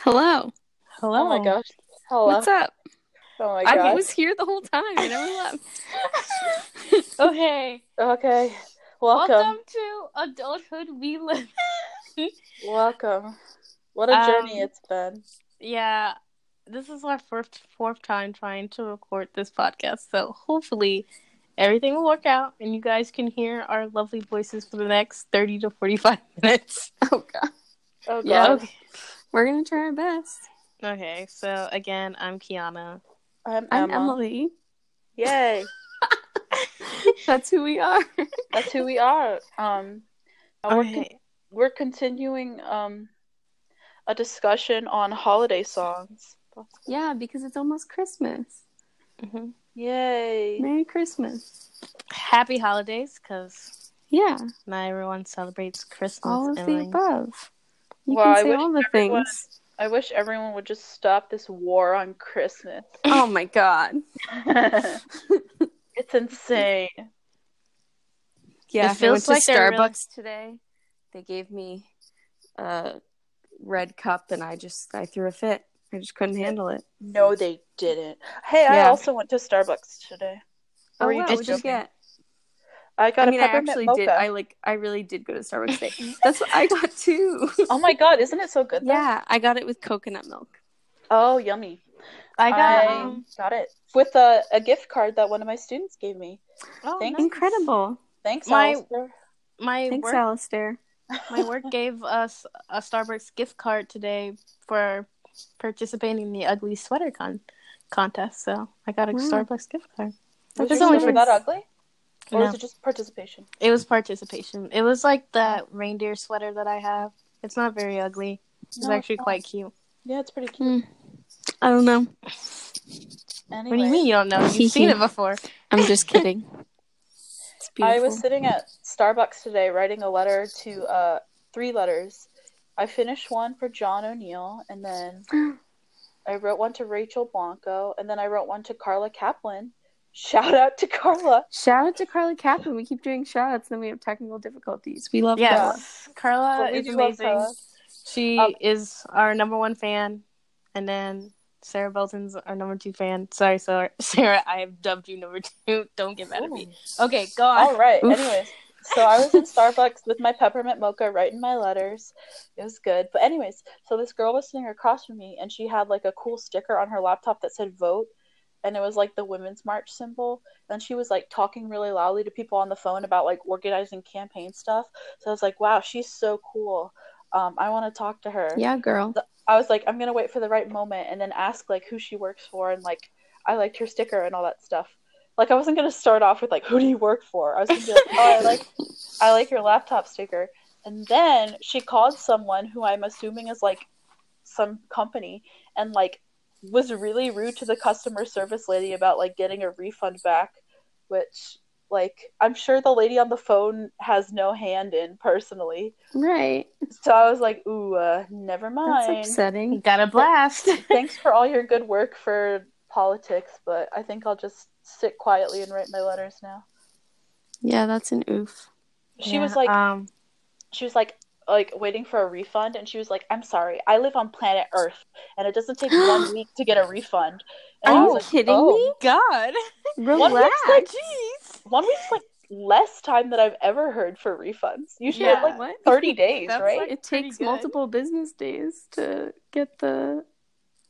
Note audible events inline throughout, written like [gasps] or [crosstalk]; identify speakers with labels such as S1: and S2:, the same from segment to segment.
S1: Hello.
S2: Hello.
S3: Oh my gosh. Hello.
S1: What's up?
S3: Oh my
S1: I
S3: gosh.
S1: was here the whole time. I never left.
S2: [laughs] Okay.
S3: Okay.
S2: Welcome.
S3: Welcome.
S2: to adulthood we live.
S3: Welcome. What a
S2: Um,
S3: journey it's been.
S2: yeah. This is our first fourth time trying to record this podcast, so hopefully everything will work out and you guys can hear our lovely voices for the next 30 to 45 [laughs] minutes.
S1: Oh god.
S3: Oh god.
S1: yeah, We're gonna try our best.
S2: Okay. So again, I'm Kiana.
S3: I'm,
S1: I'm
S3: Emma.
S1: Emily.
S3: Yay.
S1: That's who we are.
S3: That's who we are. Um and we're, con-
S2: Okay.
S3: we're continuing um a discussion on holiday songs.
S1: yeah, because it's almost Christmas.
S2: Mhm.
S3: Yay.
S1: Merry Christmas.
S2: Happy holidays cuz
S1: Yeah,
S2: not everyone celebrates Christmas.
S1: all of
S2: Emily.
S1: the above. You
S3: Well, I
S1: can say
S3: wish
S1: all the
S3: everyone- [laughs]
S1: things.
S3: I wish everyone would just stop this war on [laughs] Christmas.
S1: Oh my god.
S3: it's insane.
S1: Yeah,
S2: It
S1: I went
S2: feels
S1: to
S2: like they're really-
S1: Starbucks today. They gave me a red cup, and I just I threw a fit. I just couldn't handle it.
S3: No, they didn't. Hey, I
S1: Yeah.
S3: also went to Starbucks today.
S1: Oh,
S3: Or you
S1: wow,
S3: just
S1: what'd you
S3: joking.
S1: get?
S3: I got
S1: I mean,
S3: a
S1: I
S3: peppermint
S1: actually
S3: mocha.
S1: did. I like. I really did go to Starbucks [laughs] today. That's what I got too.
S3: Oh my god, isn't it so good? though?
S1: yeah, I got it with coconut milk.
S3: Oh, yummy.
S2: I got
S3: I
S2: um,
S3: got it with a, a gift card that one of my students gave me.
S2: oh,
S3: Thank-
S2: nice.
S1: Incredible.
S3: Thanks,
S2: My-
S3: Alistair.
S2: My
S1: Thanks,
S2: work
S1: Alistair.
S2: my work gave us a Starbucks gift card today for participating in the ugly sweater con contest. So I got a
S1: Wow.
S2: Starbucks gift card.
S3: Was
S1: That's
S3: your
S2: only
S3: sweater
S2: for-
S3: that ugly, or
S2: No,
S3: is it just participation?
S2: it was participation. It was like that reindeer sweater that I have. It's not very ugly. It's
S3: No,
S2: actually
S3: it's not.
S2: quite cute.
S3: Yeah, it's pretty cute.
S1: I don't know.
S2: What
S3: Anyway,
S2: do you mean you don't know? You've seen it before.
S1: I'm just [laughs] kidding. It's
S3: I
S1: beautiful.
S3: was sitting at Starbucks today writing a letter to uh, three letters. I finished one for John O'Neill, and then I wrote one to Rachel Blanco, and then I wrote one to Carla Kaplan. Shout out to Carla.
S1: Shout out to Carly Kaplan. We keep doing shout outs, then we have technical difficulties. We love Carla.
S2: Yes, Carla
S3: But we
S2: is
S3: do love
S2: amazing.
S3: Carla.
S2: She
S3: Um,
S2: is our number one fan, and then Sarah Belton's our number two fan. Sorry, Sarah. [laughs] Sarah, I have dubbed you number two. [laughs] Don't get mad at me. Okay, go on.
S3: All right.
S1: Oof.
S3: Anyways, so I was in Starbucks with my peppermint mocha writing my letters. It was good. But anyways, so this girl was sitting across from me and she had like a cool sticker on her laptop that said vote and it was like the women's march symbol and she was like talking really loudly to people on the phone about like organizing campaign stuff. So I was like, "Wow, she's so cool. Um, I want to talk to her."
S1: Yeah, girl.
S3: I was like, I'm gonna wait for the right moment and then ask like who she works for and like I liked her sticker and all that stuff. Like I wasn't gonna start off with like who do you work for? I was gonna be like, oh, I like I like your laptop sticker. And then she called someone who I'm assuming is like some company and like was really rude to the customer service lady about like getting a refund back, which like I'm sure the lady on the phone has no hand in personally.
S1: Right.
S3: So I was like, ooh, uh, never mind
S1: That's upsetting.
S2: Got a blast.
S3: thanks for all your good work for politics, but I think I'll just sit quietly and write my letters now.
S1: Yeah, that's an oof.
S3: She was like,
S2: um,
S3: she was like, like waiting for a refund, and she was like, "I'm sorry, I live on planet Earth, and it doesn't take
S2: [gasps]
S3: one week to get a refund." And I
S1: Are
S3: was
S1: you
S3: like,
S1: kidding
S3: "Oh,
S1: me?
S2: [laughs] God,
S3: One
S1: Relax.
S3: week's like,
S2: jeez,
S3: one week's like less time than I've ever heard for refunds. Usually, it's
S2: Yeah.
S3: like
S1: What?
S2: [laughs]
S3: thirty days,
S2: That's
S3: right?
S2: like-
S1: it
S2: pretty
S1: takes
S2: good.
S1: multiple business days to get the,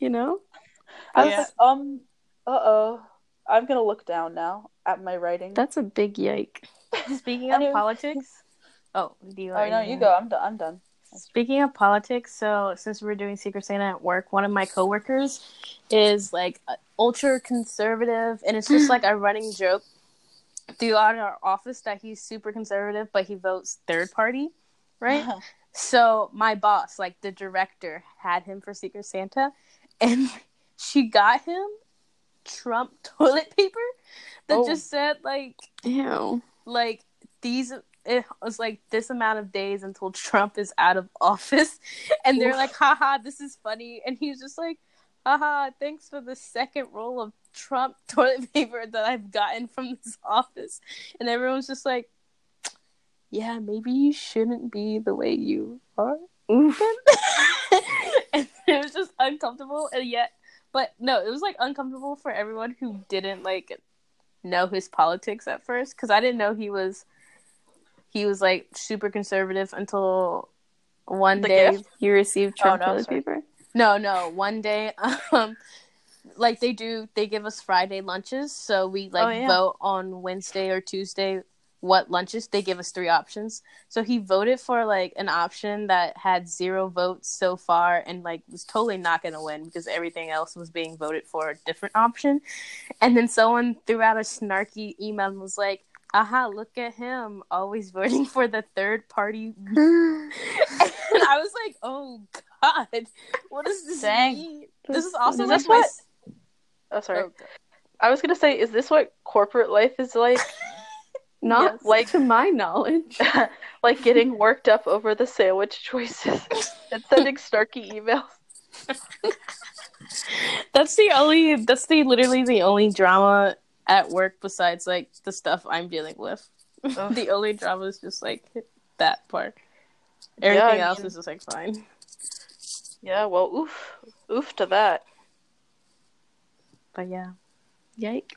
S1: you know.
S3: I was
S2: Yeah.
S3: like, um, uh oh, I'm gonna look down now at my writing.
S1: That's a big yike.
S2: Speaking
S3: Anyway.
S2: of politics, [laughs] oh, do you?
S3: oh no, you go. I'm done. I'm done.
S2: Speaking of politics, so since we're doing Secret Santa at work, one of my coworkers is like ultra conservative, and it's just like [gasps] a running joke throughout our office that he's super conservative, but he votes third party,
S3: [laughs]
S2: right? So my boss, like the director, had him for Secret Santa, and [laughs] she got him Trump [laughs] toilet paper that
S3: Oh.
S2: just said like
S1: Ew.
S2: like these. It was like this amount of days until Trump is out of [laughs] office, and they're
S3: Oof.
S2: like, "Haha, this is funny," and he's just like, "Haha, thanks for the second roll of Trump [laughs] toilet paper that I've gotten from this office," and everyone's just like, "Yeah, maybe you shouldn't be the way you are."
S1: Oof.
S2: [laughs] and it was just uncomfortable, and yet, but no, it was like uncomfortable for everyone who didn't like know his politics at first because I didn't know he was he was like super conservative until one
S3: The
S2: day.
S3: gift?
S1: You received Trump
S3: Oh, no,
S1: toilet
S2: [gasps]
S3: sorry.
S1: paper?
S2: No, no, one day. [laughs] Um, like they do, they give us Friday lunches, so we like
S3: Oh, yeah.
S2: vote on Wednesday or Tuesday what lunches they give us three options. So he voted for like an option that had zero votes so far and like was totally not going to win because everything else was being voted for a different option. And then someone threw out a snarky email and was like, "Aha, look at him always voting [laughs] for the third party." [laughs] and I was like, "Oh god. What does this
S3: Dang.
S2: mean?" This is also
S3: Is
S2: like
S3: this
S2: my
S3: what-
S2: s-
S3: Oh, sorry.
S2: oh, God.
S3: I was gonna say, is this what corporate life is like?
S1: Not
S2: Yes.
S1: like to my knowledge.
S3: like getting worked up over the sandwich choices and sending snarky emails.
S2: That's the only that's the literally the only drama at work besides like the stuff I'm dealing with. [laughs]
S3: Ugh.
S2: the only drama is just like that part.
S3: Yeah,
S2: Everything
S3: I
S2: else
S3: mean-
S2: is just like fine.
S3: Yeah, well, oof, oof to that.
S2: But yeah. Yike.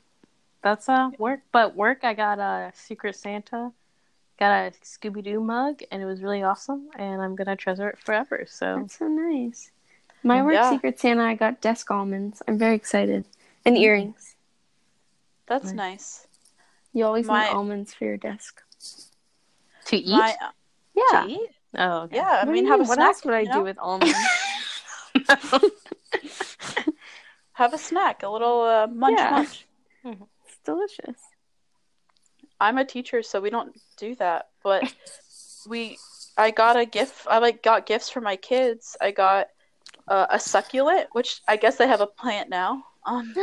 S2: That's uh work. But work I got a Secret Santa, got a Scooby Doo mug and it was really awesome and I'm gonna treasure it forever. So
S1: That's so nice. My work
S3: Yeah.
S1: secret Santa, I got desk almonds. I'm very excited. And earrings.
S3: That's
S2: Nice.
S3: nice.
S1: You always
S3: My-
S1: need almonds for your desk.
S2: to eat?
S3: My-
S1: Yeah.
S3: to eat?
S2: oh okay. [laughs]
S3: Yeah, I
S1: What do
S3: mean,
S1: you
S3: have a
S1: what
S3: snack.
S1: else would I
S3: you
S1: do
S3: know? [laughs]
S1: with almonds?
S3: Have a snack, a little uh, munch
S1: Yeah.
S3: munch.
S1: it's [gasps] delicious.
S3: I'm a teacher, so we don't do that. But we, I got a gift. I like got gifts for my kids. I got uh, a succulent, which I guess they have a plant now. Um,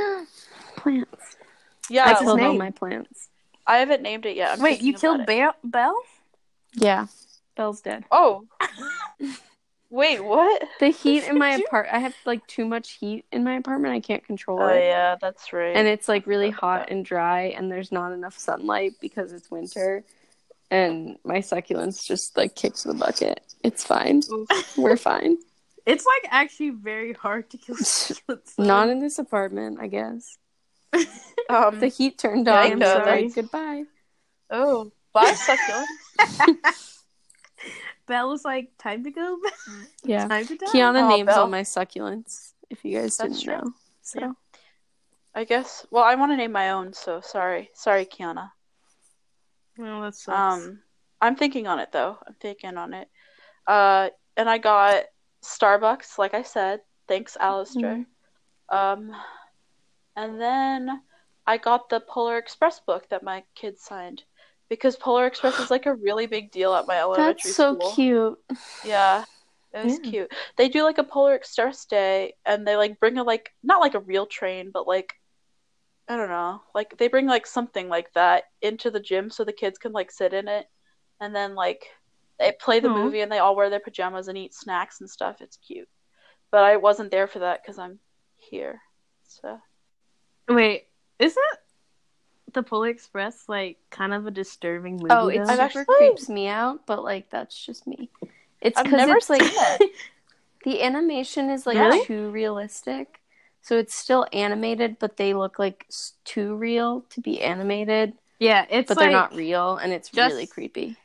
S1: plants.
S3: Oh. yeah,
S1: I
S2: his
S1: killed all
S2: name.
S1: my plants.
S3: I haven't named it yet. I'm
S2: Wait, you
S3: thinking
S2: killed
S3: about it.
S2: Bell? Bell?
S1: Yeah. Belle's dead.
S3: Oh.
S1: [laughs]
S3: Wait, what?
S1: The heat
S3: [laughs]
S1: in my apart I have like too much heat in my apartment. I can't control
S3: Oh
S1: it.
S3: yeah, that's right.
S1: And it's like really
S3: Forgot about
S1: hot
S3: that.
S1: and dry and there's not enough sunlight because it's winter. And my succulents just like kicks the bucket. It's fine. We're fine.
S3: [laughs]
S2: It's like actually very hard to kill succulents. though.
S1: Not in this apartment, I guess.
S3: um,
S1: The [laughs] heat turned
S3: Yeah, I
S1: on. I'm
S3: know,
S1: sorry.
S3: right?
S1: Goodbye.
S3: oh, bye succulent.
S2: Belle was like, time to go. [laughs]
S1: Yeah.
S2: Time to die.
S1: Kiana
S3: Oh,
S1: names
S3: Belle.
S1: all my succulents, if you guys
S3: That's
S1: didn't
S3: true.
S1: know. So
S3: Yeah. I guess. Well, I want to name my own, so sorry, sorry, Kiana.
S2: Oh, that sucks.
S3: Um, I'm thinking on it though. I'm thinking on it. Uh, and I got Starbucks, like I said. Thanks, Alistair.
S1: Mm-hmm.
S3: Um, and then I got the Polar Express book that my kids signed because Polar Express is like a really big deal at my elementary
S1: that's so
S3: school.
S1: cute.
S3: Yeah. It was
S1: Yeah.
S3: cute. They do like a Polar Express day and they like bring a like not like a real train, but like I don't know. Like they bring like something like that into the gym so the kids can like sit in it and then like they play the
S2: Aw.
S3: movie and they all wear their pajamas and eat snacks and stuff. It's cute. But I wasn't there for that cuz I'm here. So
S2: Wait, is it the Polar Express like kind of a disturbing movie?
S1: Oh, it
S2: though?
S1: super
S3: I've actually-
S1: creeps me out, but like that's just me. It's
S3: I've
S1: because
S3: never
S1: it's like
S3: seen
S1: [laughs]
S3: it.
S1: the animation is like
S2: Really?
S1: too realistic, so it's still animated, but they look like s- too real to be animated,
S2: yeah, it's
S1: but
S2: like,
S1: they're not real, and it's
S2: just-
S1: really creepy.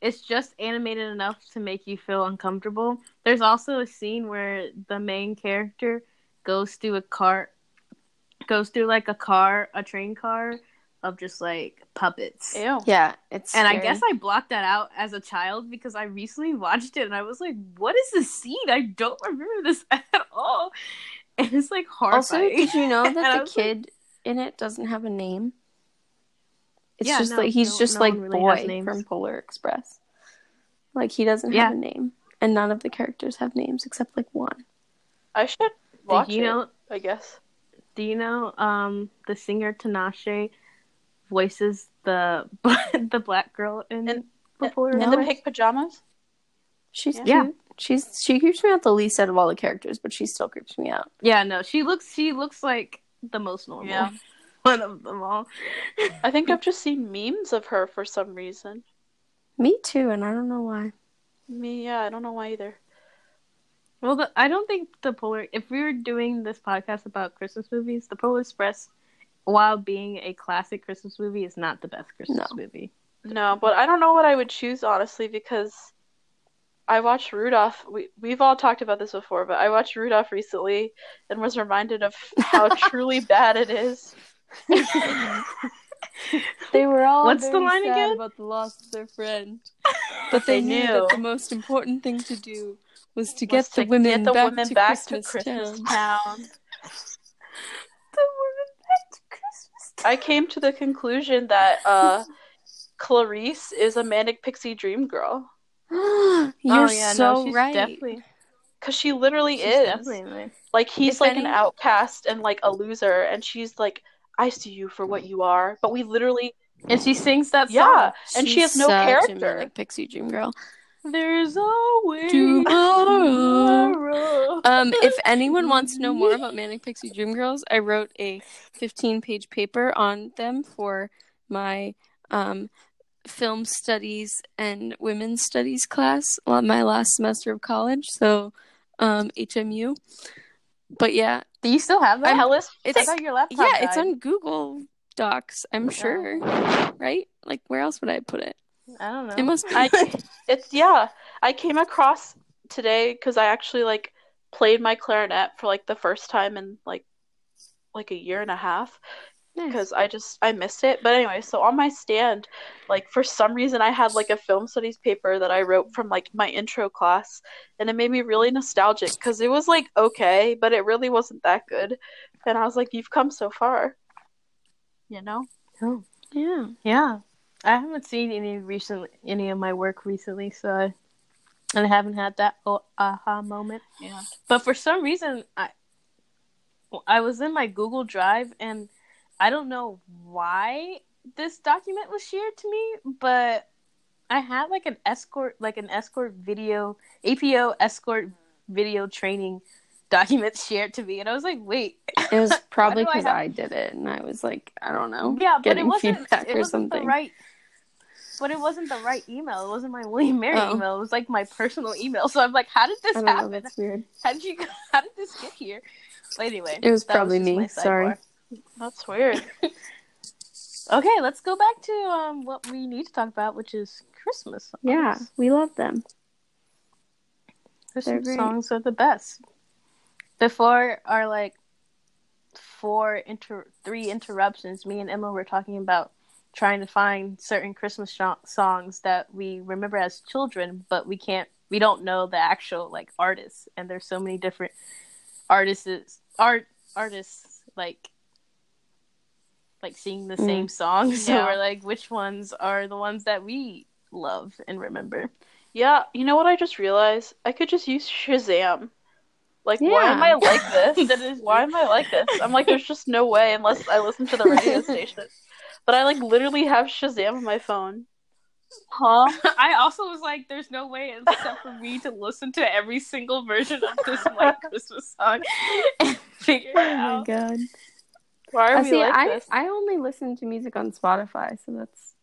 S2: It's just animated enough to make you feel uncomfortable. There's also a scene where the main character goes through a car, goes through like a car, a train car of just like puppets.
S3: Ew.
S1: Yeah, it's
S2: And I
S1: scary.
S2: guess I blocked that out as a child because I recently watched it and I was like, what is this scene? I don't remember this [laughs] at all. And it's like
S1: also
S2: horrifying. [laughs]
S1: did you know
S2: And I
S1: that the
S2: was like-
S1: kid in it doesn't have a name? It's
S2: Yeah,
S1: just
S2: no,
S1: like he's
S2: no-
S1: just
S2: no
S1: like
S2: one really has
S1: boy
S2: names.
S1: from Polar Express. Like he doesn't
S2: Yeah.
S1: have a name, and none of the characters have names except like one.
S3: I should watch
S2: do you know
S3: it, I guess.
S2: do you know um the singer Tinashe voices the [laughs] the black girl in
S3: And-
S2: the Polar
S1: and
S3: In
S1: No.
S3: the pink pajamas?
S1: She's
S3: Yeah.
S1: cute.
S2: Yeah.
S1: She's she creeps me out the least out of all the characters, but she still creeps me out.
S2: Yeah, no, she looks she looks like the most normal
S3: Yeah.
S2: [laughs] one of them all.
S3: I think
S1: [laughs]
S3: I've just seen memes of her for some reason.
S1: Me too, and I don't know why.
S3: Me, yeah, I don't know why either.
S2: Well, the, I don't think the Polar. If we were doing this podcast about Christmas movies, the Polar Express, while being a classic Christmas movie, is not the best Christmas movie.
S3: No, but I don't know what I would choose honestly because I watched Rudolph. We we've all talked about this before, but I watched Rudolph recently and was reminded of
S1: [laughs]
S3: how truly bad it is.
S2: Oh,
S1: They were all
S2: What's
S1: What's
S2: the
S1: the
S2: line again?
S1: about the loss of
S2: [laughs]
S1: their friend, but they,
S3: They
S1: knew.
S3: knew.
S1: that the most important thing to do was to get
S3: Was
S1: the
S3: to
S1: women
S3: get the
S1: back,
S3: women
S1: to,
S3: back
S1: Christmas
S3: to Christmas
S1: Town.
S3: Town.
S2: The woman back to Christmas.
S3: I came to the conclusion that uh, Clarice is a manic pixie dream girl [gasps]
S1: You're so right.
S2: Definitely,
S3: because she literally
S2: she's
S3: is.
S2: definitely in there.
S3: Like he's
S1: If
S3: like an
S1: any-
S3: outcast and like a loser, and she's like, "I see you for
S1: Mm.
S3: what you are." But we literally,
S2: And she sings that song.
S3: yeah, and she
S1: She's
S3: has no
S1: such a
S3: character.
S1: manic pixie dream
S3: [laughs]
S1: girl.
S2: There's always
S3: [laughs]
S1: Tomorrow.
S2: tomorrow.
S1: Um, if anyone wants to know more about Manic Pixie Dream Girls, I wrote a 15 page paper on them for my um, film studies and women's studies class on my last semester of college, so um, HMU. But yeah,
S2: Do you still have
S3: The
S2: that?
S3: hell is
S1: it's-
S3: I thought your laptop?
S1: yeah, it's
S3: died.
S1: on Google Docs, I'm sure, right? Like, where else would I put it?
S2: I don't know.
S1: It must be. [laughs]
S3: I- It's yeah. I came across today because I actually like played my clarinet for like the first time in like like a year and a half because I just I missed it. But anyway, so on my stand, like for some reason I had like a film studies paper that I wrote from like my intro class, and it made me really nostalgic because it was like okay, but it really wasn't that good. And I was like, you've come so far, you know.
S1: yeah.
S2: Yeah, I haven't seen any recent any of my work recently, so I, and I haven't had that oh, aha moment.
S3: Yeah.
S2: But for some reason, I I was in my Google Drive, and I don't know why this document was shared to me, but I had like an escort, like an escort video, APO escort video training document [laughs] shared to me, and I was like, wait, [laughs]
S1: It was probably
S2: do I
S1: because
S2: have-
S1: I, did it, and I was like, I don't know,
S2: yeah, but it
S1: getting
S2: wasn't.
S1: feedback
S2: it
S1: or
S2: wasn't
S1: something.
S2: the right. But it wasn't the right email. It wasn't my William Mary
S1: Oh.
S2: email. It was like my personal email. So I'm like, how did this
S1: I don't know.
S2: happen? [laughs]
S1: That's weird.
S2: How did you? How did this get here? But anyway,
S1: It was
S2: that
S1: probably
S2: just
S1: me,
S2: my
S1: sorry.
S2: sidebar.
S3: That's weird.
S2: Okay, let's go back to um what we need to talk about, which is Christmas. Songs.
S1: Yeah, we love them. they're
S2: Christmas
S1: great.
S2: songs are the best. Before our like four inter three interruptions, me and Emma were talking about trying to find certain Christmas sh- songs that we remember as children, but we can't we don't know the actual like artists, and there's so many different artists art artists like like singing the
S1: Mm.
S2: same song. [laughs] So
S3: Yeah.
S2: we're like, which ones are the ones that we love and remember?
S3: Yeah, you know what I just realized? I could just use Shazam. Like, why
S1: Yeah.
S3: am I like
S2: That
S3: this?
S2: is
S3: why am
S2: true.
S3: I like this? I'm like, there's just no way unless I listen to the radio station. But I like literally have Shazam on my phone. Huh?
S2: [laughs] I also was like, there's no way except for me to listen to every single version of this
S1: [laughs]
S2: white Christmas song and figure it
S1: Oh my
S2: out.
S1: god!
S3: Why are
S1: I
S3: we
S1: see.
S3: like
S1: I
S3: this?
S1: I only listen to music on Spotify, so that's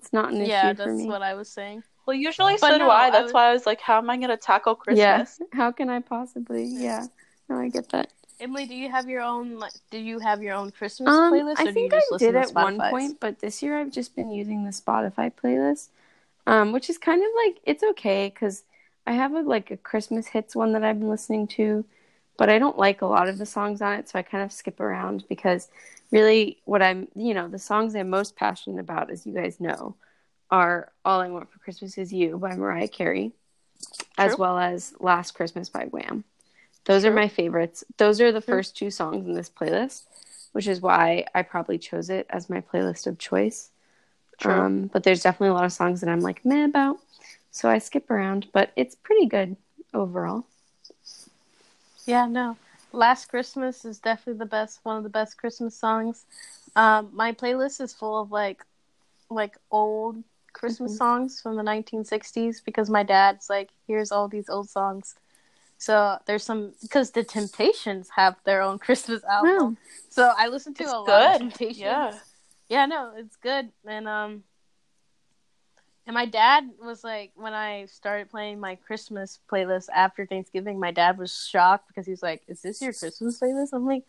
S1: it's not an
S2: Yeah,
S1: issue for
S2: that's
S1: me.
S2: what I was saying.
S3: Well, usually
S2: But
S3: so do
S2: no, I
S3: I. That's
S2: would-
S3: why I was like, how am I gonna tackle
S1: yeah.
S3: Christmas?
S1: How can
S2: [laughs]
S1: I possibly? Yeah. No, I get that.
S2: Emily, do you have your own? Like, do you have your own Christmas
S1: Um,
S2: playlist?
S1: I
S2: or do you
S1: think
S2: just
S1: I
S2: listen
S1: did
S2: to
S1: at one
S2: Spotify's?
S1: point, but this year I've just been using the Spotify playlist, um, which is kind of like it's okay because I have a, like a Christmas hits one that I've been listening to, but I don't like a lot of the songs on it, so I kind of skip around because really what I'm you know the songs I'm most passionate about, as you guys know, are "All I Want for Christmas Is You" by Mariah Carey, as
S3: True.
S1: well as "Last Christmas" by Wham. Those are my favorites. Those are the first two songs in this playlist, which is why I probably chose it as my playlist of choice.
S3: True.
S1: Um, but there's definitely a lot of songs that I'm like meh about, so I skip around. But it's pretty good overall.
S2: Yeah, no. Last Christmas is definitely the best, one of the best Christmas songs. Um, my playlist is full of like, like old Christmas
S1: Mhm.
S3: Mm-hmm.
S2: songs from the 1960s because my dad's like, here's all these old songs. So there's some because the Temptations have their own [laughs] Christmas album. So I listen to
S3: It's
S2: a lot of
S3: good.
S2: Temptations.
S3: Yeah.
S2: yeah, no, it's good, and um, And my dad was like, when I started playing my Christmas playlist after Thanksgiving, my dad was shocked because he was like, "Is this your Christmas playlist?" I'm like,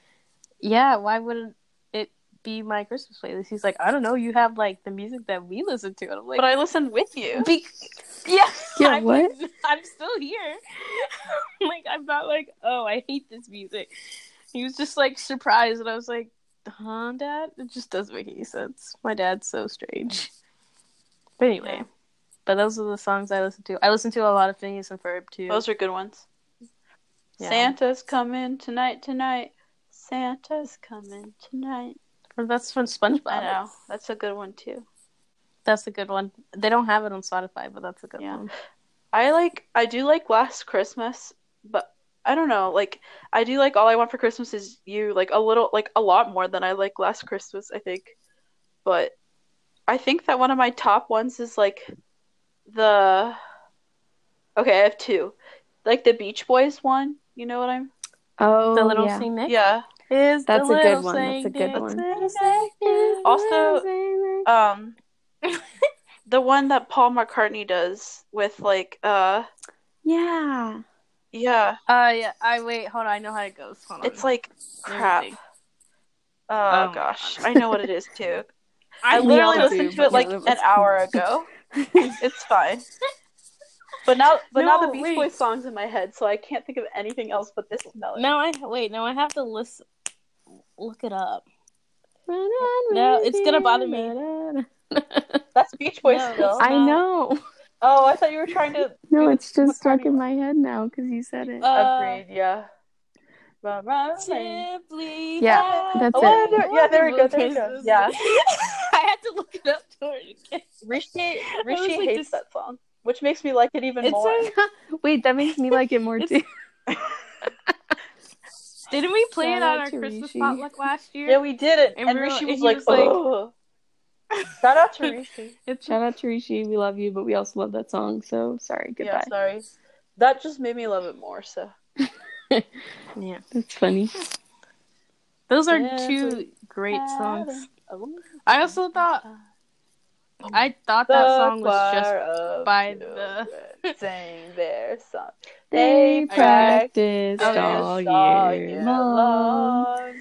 S2: "Yeah. Why wouldn't it be my Christmas playlist?" He's like, "I don't know. You have like the music that we listen to." And I'm like,
S3: But I listened with you.
S2: Be- yeah,
S1: Yeah,
S2: I'm,
S1: what?
S2: [laughs] I'm still here. [laughs] like I'm not like, oh, I hate this music. He was just like surprised, and I was like, huh, Dad? It just doesn't make any sense. My dad's so strange. But anyway,
S3: Yeah.
S2: but those are the songs I listen to. I listen to a lot of Phineas and Ferb too.
S3: Those are good ones.
S2: Yeah.
S3: Santa's coming tonight, tonight. Santa's coming tonight.
S2: That's from SpongeBob.
S3: I know. That's a good one, too.
S2: That's a good one. They don't have it on Spotify, but that's a good
S3: Yeah.
S2: one.
S3: I like, I do like Last Christmas, but I don't know. Like, I do like All I Want for Christmas is You, like a little, like a lot more than I like Last Christmas, I think. But I think that one of my top ones is like the, okay, I have two. Like the Beach Boys one. You know what I'm?
S1: Oh,
S2: the little
S1: yeah.
S2: sing mix
S3: Yeah.
S2: is
S1: That's
S2: the
S1: a good
S2: little
S1: one. That's a
S2: sing
S1: good
S2: mix.
S1: one.
S2: Little sing mix.
S3: Also,
S1: Little
S3: [laughs] Um, the one that Paul McCartney does with like uh
S1: yeah.
S3: yeah,
S2: Uh, yeah. I wait. Hold on. I know how it goes. Hold on.
S3: it's like
S2: Let me
S3: crap.
S2: see.
S3: Oh,
S2: my
S3: gosh,
S2: God.
S3: I know what it is [laughs] too.
S2: I,
S3: I
S1: We
S3: literally
S1: all do,
S3: listened to
S1: but
S3: it like
S1: none
S3: an
S1: of us-
S3: hour ago. It's fine. But now, but now
S2: No,
S3: the Beach
S2: wait.
S3: Boys song's in my head, so I can't think of anything else but this melody.
S2: Now I wait. Now I have to listen. Look it up. No, it's gonna bother
S1: [laughs]
S2: me.
S3: That's Beach Boys
S2: No.
S3: still.
S1: I know.
S2: [laughs]
S3: Oh, I thought you were trying to
S1: No, it's just stuck in my head now because you said it.
S2: Uh,
S3: upgrade. Yeah. Run, run, run.
S2: Simply
S1: Yeah,
S2: Happy.
S1: that's
S3: Oh, it. yeah, there we go, there we go. Yeah.
S2: [laughs] I had to look it up for it again.
S3: [laughs] Rishi,
S2: was
S3: Rishi
S2: like
S3: hates
S2: this-
S3: that song, which makes me like it even
S2: It's
S3: more.
S2: like-
S1: Wait, that makes me like it more too.
S2: It's- Didn't we play
S1: Shout
S2: it on
S1: out
S2: our
S1: to
S2: Christmas
S1: Rishi.
S2: potluck last year?
S3: Yeah, we did it.
S2: And
S3: And,
S2: we were-
S3: Rishi
S2: and
S3: was
S2: he
S3: like,
S2: was like-
S3: "Ugh." shout out to Rishi.
S2: It's-
S1: Shout out to Rishi. We love you, but we also love that song. So sorry. Goodbye.
S3: Yeah, sorry. That just made me love it more. So
S2: yeah.
S1: That's funny.
S2: Those are
S3: Yeah,
S2: two great songs. I also
S1: [laughs]
S2: thought
S3: I
S2: I thought [laughs] that song was just by
S3: [laughs] the sing their
S2: [laughs]
S3: song.
S1: They
S3: They
S1: practiced
S3: Oh,
S2: practiced
S1: all
S3: all
S1: year
S3: year
S1: long.
S3: long.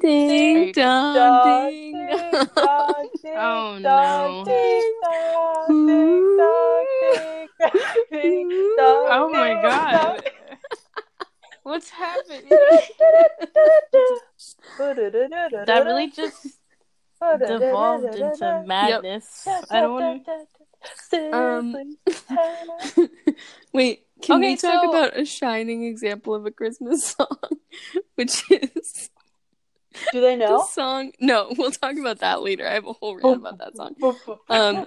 S1: Ding
S2: Ding
S1: dong,
S3: Dong,
S1: ding
S3: ding
S2: [laughs]
S1: dong.
S3: dong, ding
S2: Oh,
S3: dong,
S2: no.
S3: ding dong, ding dong, ding dong, ding dong,
S2: Oh my
S3: ding dong.
S2: god. What's happening? [laughs] That
S3: That
S2: really just devolved into madness. I don't want
S3: to.
S1: Um, Wait, can
S2: Okay,
S1: we talk
S2: so-
S1: about a shining example of a Christmas [laughs] song, which is
S3: Do
S1: [laughs]
S3: they
S1: the
S3: know?
S1: song? No, we'll talk about that later. I have a whole rant about that song. Um, um,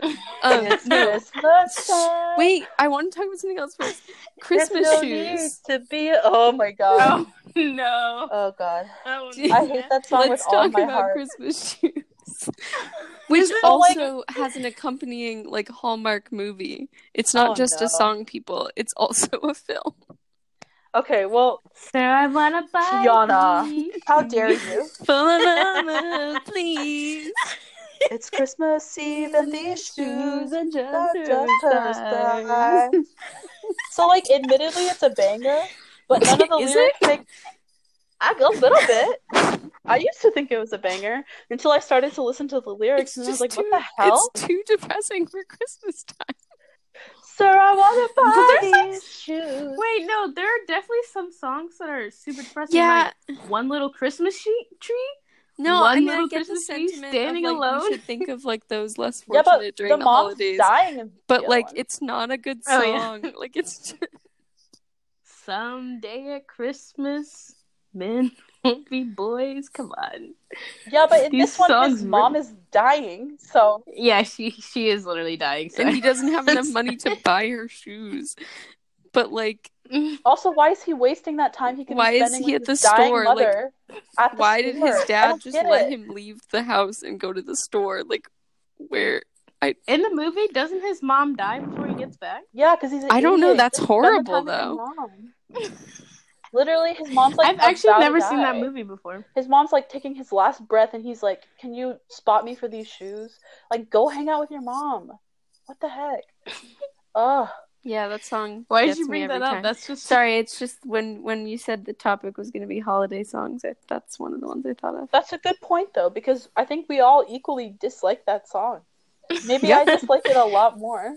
S3: it's
S1: no.
S3: Christmas time.
S1: Wait, I want to talk about something else first. Christmas
S3: There's no need
S1: shoes.
S3: to be. Oh my god.
S2: Oh [laughs] no.
S3: Oh god.
S2: [laughs] Oh,
S1: Dude,
S3: I hate that song
S1: Let's
S3: with all
S1: talk
S3: my
S1: about
S3: heart.
S1: Christmas [laughs]
S2: [laughs]
S1: shoes, which
S2: Isn't it like-
S1: also has an accompanying like Hallmark movie. It's not
S3: Oh,
S1: just
S3: no.
S1: a song, people. It's also a film.
S3: Okay, well,
S2: So I wanna buy
S3: Tiana.
S2: these.
S3: how dare you?
S1: Fall [laughs] in love,
S2: [laughs]
S1: please.
S3: It's Christmas Eve and
S1: [laughs]
S3: these shoes
S1: are
S3: are
S1: just her
S3: just her
S1: size. [laughs]
S3: size. So, like, admittedly, it's a banger, but none of the
S1: Is
S3: lyrics make. I, a little bit. I used to think it was a banger until I started to listen to the lyrics,
S1: It's
S3: and I was
S1: just
S3: like,
S1: too,
S3: "What the hell,
S1: It's too depressing for Christmas time.
S3: sir? I want to
S2: But
S3: buy
S2: there's
S3: these shoes."
S2: Wait, no, there are definitely some songs that are super depressing.
S1: Yeah,
S2: like One Little Christmas She- Tree.
S1: no,
S2: One
S1: I mean I
S2: little
S1: get
S2: Christmas
S1: the
S2: tree
S1: sentiment
S2: standing
S1: of, like,
S2: alone.
S1: You should think of like
S2: [laughs]
S1: those less
S3: Yeah, but
S1: fortunate during
S3: the
S1: the,
S3: mom's
S1: holidays.
S3: dying. in
S1: But
S3: the
S1: like,
S3: other one.
S1: it's not a good
S2: Oh,
S1: song.
S2: yeah. [laughs]
S1: Like it's just,
S2: Someday at Christmas, men [laughs] won't be boys. Come on.
S3: yeah, but in
S2: these
S3: this one,
S2: songs
S3: his mom is dying, so
S2: Yeah, she she is literally dying. So.
S1: and
S2: [laughs]
S1: he doesn't have enough money to buy her shoes. But like,
S3: Also, why is he wasting that time? He could
S1: Why
S3: be
S1: is
S3: spending
S1: he
S3: with
S1: at
S3: his
S1: the
S3: dying
S1: store? Like,
S3: Mother at the
S1: why did his
S3: store. I
S1: dad
S3: don't
S1: just
S3: get
S1: let
S3: it.
S1: him leave the house and go to the store? Like, where?
S2: In the movie, doesn't his mom die before he gets back?
S3: Yeah, because he's. An
S1: I don't know.
S3: idiot.
S1: That's
S3: Just spend the
S1: horrible,
S3: time
S1: though.
S3: with his mom. Literally, his mom's like.
S2: I've actually
S3: about to
S2: never seen that
S3: die.
S2: movie before.
S3: His mom's like taking his last breath, and he's like, "Can you spot me for these shoes? Like, go hang out with your mom." What the heck? Ugh.
S1: Yeah, that song.
S2: Why
S1: gets
S2: did you
S1: me
S2: bring
S1: every
S2: that up?
S1: time.
S2: That's just
S1: Sorry, it's just when when you said the topic was going to be holiday songs, I, that's one of the ones I thought of.
S3: That's a good point though, because I think we all equally dislike that song. Maybe
S2: Yeah.
S3: I dislike it a lot more.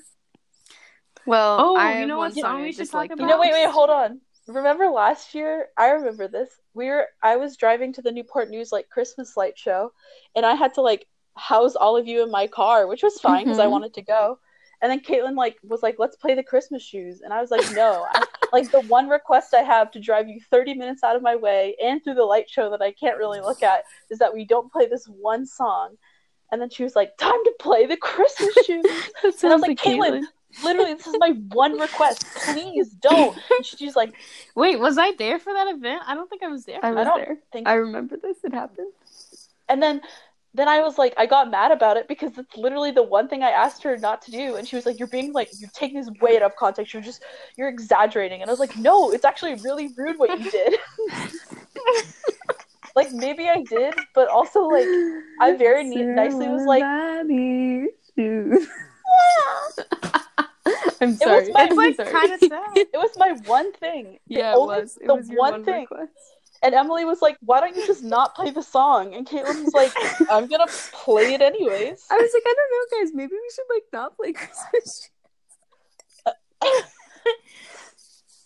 S1: Well,
S2: Oh,
S1: I
S2: you
S1: have
S2: know
S1: one
S2: what song
S1: song
S2: we
S1: I
S2: should
S1: dislike
S2: talk
S1: the
S3: You know,
S2: about?
S3: wait,
S1: [laughs]
S3: wait,
S1: most.
S3: hold on. Remember last year? I remember this. We were I was driving to the Newport News like Christmas light show, and I had to like house all of you in my car, which was fine because I
S1: Mhm.
S3: wanted to go. And then Caitlin like was like, "Let's play the Christmas shoes," and I was like, "No." I, [laughs] like the one request I have to drive you 30 minutes out of my way and through the light show that I can't really look at is that we don't play this one song. And then she was like, "Time to play the Christmas shoes."
S1: That
S3: And I was
S1: sounds like
S3: like, Caitlin,
S1: Caitlin.
S3: Literally, this is my one request. Please don't. And she's like,
S2: [laughs] Wait, was I there for that event? I don't think I was there.
S1: I
S2: for
S1: was
S3: don't
S1: there.
S3: think-
S1: I remember this.
S2: [laughs]
S1: It happened.
S3: and then, then I was like, I got mad about it because it's literally the one thing I asked her not to do. And she was like, You're being like, you're taking this way out of context. You're just, you're exaggerating. And I was like, No, it's actually really rude what you did. [laughs] like maybe I did, but also like,
S1: [laughs]
S3: I very neat- nicely was like-
S1: Somebody shoot. [laughs] I'm
S3: was
S1: sorry.
S3: my-
S2: It's like
S1: I'm sorry.
S2: kind of sad.
S3: it was my one thing.
S1: yeah,
S3: only-
S1: it was. It
S3: the
S1: was your
S3: one
S1: one,
S3: thing-
S1: request.
S3: And Emily was like, Why don't you just not play the song? And Caitlin was like, I'm gonna play it anyways.
S1: I was like, I don't know, guys. Maybe we should like not play Christmas.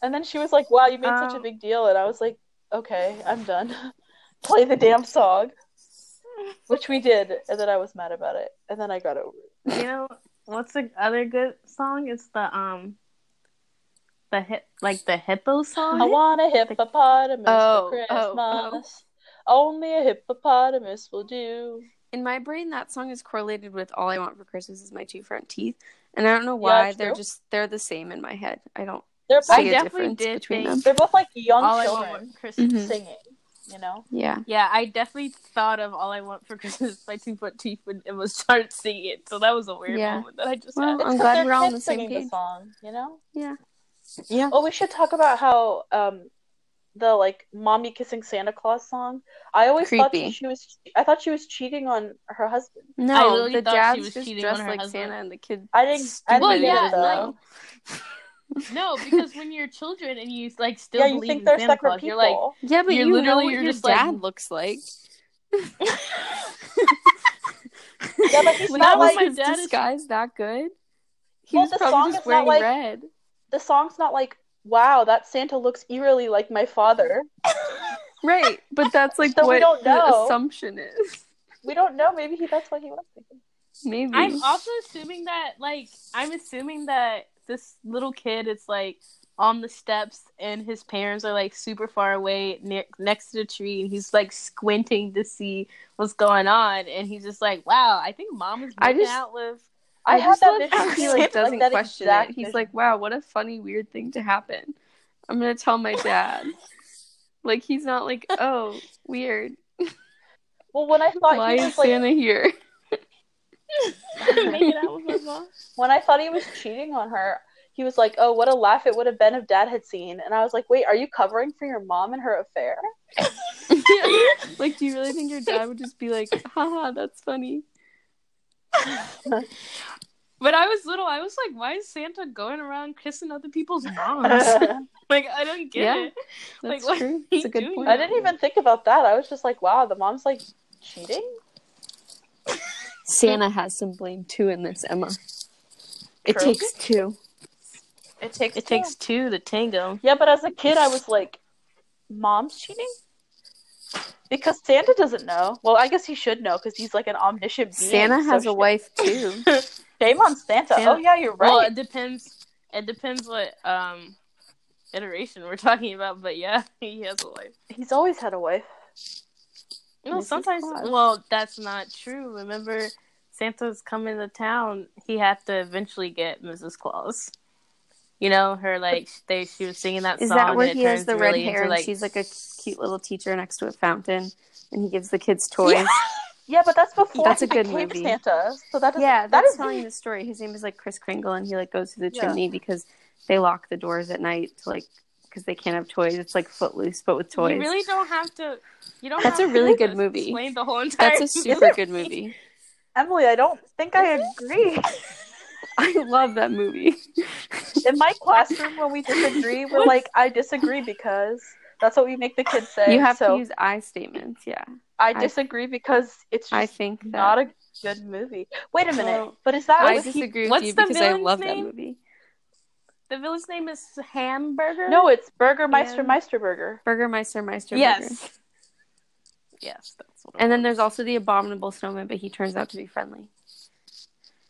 S3: And then she was like, "Wow, you made such a
S2: Um,
S3: big deal," and I was like, "Okay, I'm done. [laughs] Play the damn song," which we did, and then I was mad about it, and then I got over it.
S2: You know what's the other good song? It's the um, the hip like the hippo song.
S3: I want a hippopotamus
S1: Oh,
S3: for Christmas.
S1: oh, oh.
S3: Only a hippopotamus will do.
S1: In my brain, that song is correlated with "All I Want for Christmas Is My Two Front Teeth," and I don't know why
S3: Yeah,
S1: they're
S3: true.
S1: just they're the same in my head. I don't.
S3: They're both,
S2: I
S1: See a
S2: definitely
S1: difference
S2: did
S1: between
S2: think
S1: them.
S3: they're both like young
S2: all I want
S3: children
S2: for Christmas.
S1: Mhm.
S3: singing, you know.
S1: Yeah.
S2: [laughs] Yeah, I definitely thought of all I want for Christmas by Two Foot Teeth when Emma started singing it. So that was a weird
S1: Yeah.
S2: moment that I just
S1: Well,
S2: had.
S1: I'm
S3: It's 'cause
S1: glad
S3: they're
S1: we're all on
S3: kids
S1: the same
S3: singing
S1: page.
S3: song, you know.
S1: Yeah.
S2: Yeah.
S3: Oh, we should talk about how um the like mommy kissing Santa Claus song. I always
S1: Creepy.
S3: thought she was I thought she was cheating on her husband.
S2: I
S1: No,
S2: literally
S1: the
S2: thought she
S1: jabs
S2: was
S1: just
S2: cheating
S1: dressed
S2: on her
S1: like
S2: husband.
S1: Santa and the kid.
S3: I didn't I
S1: Well,
S3: didn't get
S2: yeah,
S3: it, though.
S2: like- No, because when you're children and you like still
S3: yeah, you
S2: believe
S3: think
S2: in
S3: they're
S2: Santa
S3: separate
S2: Claus,
S3: people.
S2: you're like,
S1: Yeah, but
S2: You're
S1: you know
S2: literally-
S1: what
S2: you're
S1: your
S2: just like-
S1: dad looks like.
S3: yeah, but
S1: [laughs]
S3: he's
S2: when
S3: not
S2: I was
S3: like
S2: my
S1: His
S2: dad is-
S1: disguise that good. He
S3: Well,
S1: was
S3: the song
S1: probably
S3: is
S1: just
S3: not
S1: wearing
S3: like-
S1: red.
S3: the song's not like wow that Santa looks eerily like my father.
S1: Right, but that's like
S3: So we
S1: what
S3: don't
S1: the
S3: know.
S1: assumption is.
S3: We don't know. Maybe he that's what he was thinking.
S1: Maybe.
S2: I'm also assuming that like I'm assuming that this little kid is like on the steps and his parents are like super far away ne- next to the tree and he's like squinting to see what's going on and he's just like wow I think mom is
S1: I
S2: making
S1: just-
S2: out with [laughs]
S3: I, had
S1: just
S3: that
S1: love
S3: vision.
S1: how he
S3: too,
S1: like doesn't
S3: that
S1: question
S3: exact
S1: it. He's
S3: vision.
S1: like, "Wow, what a funny weird thing to happen." I'm gonna tell my dad. like he's not like, "Oh, weird.
S3: well, when I thought
S1: Why
S3: he
S1: is
S3: was like
S1: Santa here?"
S2: making out with my
S1: [laughs]
S2: mom.
S3: when I thought he was cheating on her, he was like, "Oh, what a laugh it would have been if Dad had seen." And I was like, "Wait, are you covering for your mom and her
S1: [laughs]
S3: affair?" [laughs]
S1: like, do you really think your dad would just be like, "Haha, that's funny."
S2: [laughs] When I was little, I was like, why is Santa going around kissing other people's [laughs] moms?
S3: I
S2: like I don't get
S1: Yeah.
S2: it. Like,
S1: That's
S2: what
S1: true.
S2: is he
S1: It's a good
S2: doing?
S1: point.
S2: I
S3: didn't even think about that. I was just like, "Wow, the mom's like cheating."
S1: Santa has some blame too in this, Emma. It
S3: True.
S1: takes two.
S3: It takes.
S2: It takes two to tango.
S3: Yeah, but as a kid, I was like, "Mom's cheating." Because Santa doesn't know. Well, I guess he should know because he's like an omniscient being.
S1: Santa
S3: so
S1: has a
S3: shit. [laughs]
S1: wife too.
S3: Shame on Santa.
S2: Santa-
S3: Oh yeah, you're right.
S2: Well, it depends. It depends what um iteration we're [laughs] talking about, but yeah, [laughs] he has a wife.
S3: he's always had a wife.
S2: No,
S1: Mrs.
S2: sometimes.
S1: Claus.
S2: Well, that's not true. Remember, Santa's coming to town. He had to eventually get Mrs. Claus. You know her like they she was singing that
S1: Is
S2: song.
S1: that where
S2: and it
S1: he has
S2: turns
S1: the red
S2: really
S1: hair
S2: into,
S1: and
S2: like,
S1: she's like a cute little teacher next to a fountain and he gives the kids toys? Yeah,
S3: Yeah, but that's before
S1: That's
S3: he
S1: a good
S3: became
S1: movie.
S3: Santa. So that doesn't. that
S1: that's
S3: is
S1: telling the story. His name is like Chris Kringle and he like goes through the
S3: Yeah.
S1: chimney because they lock the doors at night to like because they can't have toys. It's like footloose but with toys.
S2: You [laughs] really don't have to. You don't.
S1: That's
S2: have
S1: a really
S2: to
S1: good movie.
S2: Explain
S1: [laughs]
S2: the whole entire.
S1: that's a super good movie.
S3: Emily, I don't think I agree.
S1: [laughs] I love that movie.
S3: In my classroom, when we disagree, we're like, I disagree because that's what we make the kids say.
S1: you have
S3: so
S1: to use I statements. Yeah,
S3: I
S1: I-
S3: disagree because it's just
S1: I think that.
S3: not a good movie. Wait a minute,
S1: Well,
S3: but is that
S1: I
S3: with he-
S1: disagree with
S2: what's
S1: you
S2: the
S1: because I
S2: villain's
S1: love that
S2: name?
S1: movie.
S2: [laughs] The villain's name is Hamburger.
S3: No, it's Burgermeister
S1: Yeah.
S3: Meisterburger.
S1: Burgermeister Meister. Burger.
S2: Yes. Yes, that's what. it
S1: And then
S2: was.
S1: there's also the abominable snowman, but he turns out to be friendly.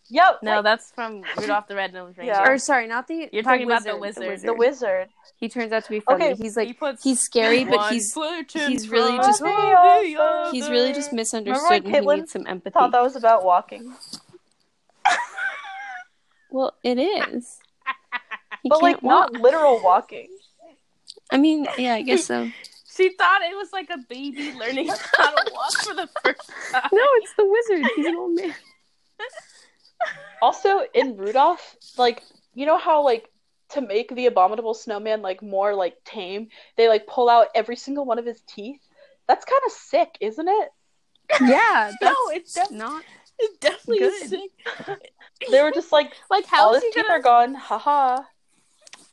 S3: Yep.
S2: no, that's from Rudolph the Red Nosed Reindeer.
S3: Yeah.
S1: Or sorry, not the.
S2: Uh, You're talking about the
S1: wizard,
S2: wizard.
S3: the wizard.
S1: he turns out to be friendly.
S3: Okay,
S1: he's like
S2: he puts
S1: he's scary, but
S2: one
S1: he's
S2: foot in
S1: he's really
S2: front
S1: just-
S3: Oh,
S2: of the other.
S1: he's really just misunderstood, and he
S3: Caitlin
S1: needs some empathy.
S3: Thought that was about walking.
S1: Well, it is. He
S3: but like
S1: can't walk.
S3: not literal walking.
S1: I mean, yeah, I guess so.
S2: She thought it was like a baby
S1: [laughs]
S2: learning how to walk for the first time.
S1: no, it's the wizard. He's an old man.
S3: Also in Rudolph, like you know how like to make the abominable snowman like more like tame, they like pull out every single one of his teeth. That's kind of sick, isn't it?
S1: [laughs] Yeah,
S2: No, it's def-
S1: not.
S2: it definitely
S1: Good.
S2: is sick.
S3: They were just like
S2: Like
S3: all
S2: how is
S3: his
S2: he
S3: teeth
S2: gonna?
S3: are gone. Haha.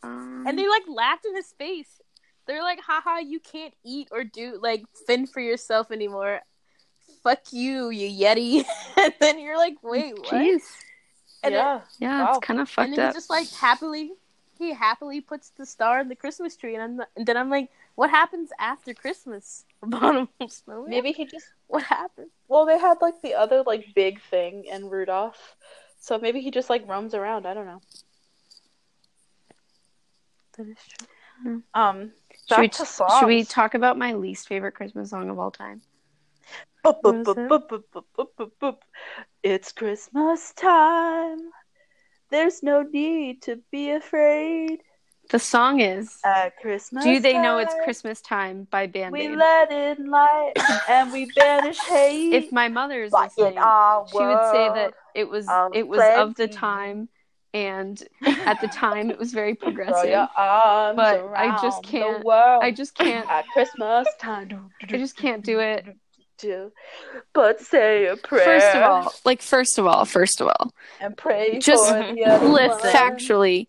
S1: Um,
S2: And they like laughed in his face. They're like, "Haha, you can't eat or do like fend for yourself anymore. Fuck you, you yeti." [laughs] and then you're like, "Wait, what?"
S1: Jeez.
S2: And
S3: yeah.
S1: Yeah,
S3: Wow.
S1: it's kind of
S2: and
S1: fucked
S2: then
S1: up.
S2: he just like happily he happily puts the star in the christmas tree and, I'm, and then i'm like what happens after christmas [laughs] abominable snowman
S3: Maybe he just
S2: what happened
S3: well, they had like the other like big thing in Rudolph, so maybe he just like roams around. I don't know.
S2: that is true
S3: Um,
S1: Should we,
S3: back to
S1: should we
S3: songs.
S1: talk about my least favorite Christmas song of all time?
S3: Bup,
S2: What
S3: bup,
S2: is
S3: bup,
S2: it?
S3: bup, bup, bup, bup, bup, bup. It's Christmas time. There's no need to be afraid.
S1: The song is
S3: At Christmas,
S1: "Do They Know It's
S3: time,
S1: Christmas Time" by Band
S3: We
S1: Aid.
S3: let in light and we banish hate.
S1: [coughs] If my mother is
S3: But
S1: listening,
S3: in our
S1: she would say that
S3: world
S1: it was
S3: of
S1: it was of the
S3: plenty.
S1: time, and at the time it was very
S3: throw
S1: progressive.
S3: your arms
S1: but I just
S3: around
S1: can't-
S3: The world.
S1: I just can't.
S3: At Christmas time,
S1: [laughs] I just can't do it.
S3: do, but say a prayer.
S1: First of all, like first of all, first of all,
S3: and pray
S1: just
S3: for the other
S1: listen.
S3: one.
S1: Factually,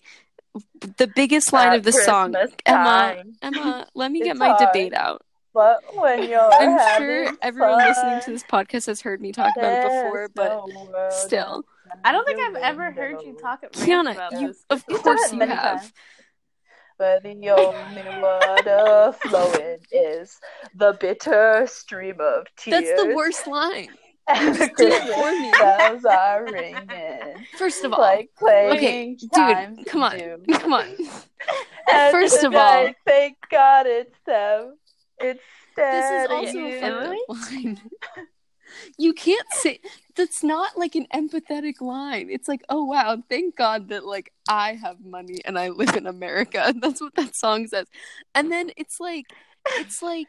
S1: the biggest line
S3: At
S1: of the song,
S3: Christmas
S1: Emma.
S3: time.
S1: Emma, let me get
S3: It's
S1: my
S3: hard.
S1: debate out.
S3: But when you're
S1: I'm
S3: having
S1: sure everyone
S3: fun,
S1: listening to this podcast has heard me talk about it before,
S3: there's
S1: but
S3: no world
S1: still,
S2: i don't think i've ever heard you talk at Kiana,
S1: Kiana,
S2: about
S1: you
S2: this
S1: of
S3: You've done
S1: course
S3: it
S1: you
S3: many
S1: have.
S3: times. Where the
S1: [laughs]
S3: only water flowing is the bitter stream of tears.
S1: That's the worst line.
S3: [laughs] And the
S1: did it for
S3: Christmas
S1: me.
S3: bells are ringing.
S1: First of all,
S3: Like playing
S1: okay, dude, come on, [laughs] come on. First of all-
S3: thank God it's them. It's
S1: This is
S3: dead.
S1: also a
S3: you.
S1: [laughs] fucked up line. You can't say that's not like an empathetic line. It's like, oh wow, thank God that like I have money and I live in America. [laughs] That's what that song says. And then it's like, it's like,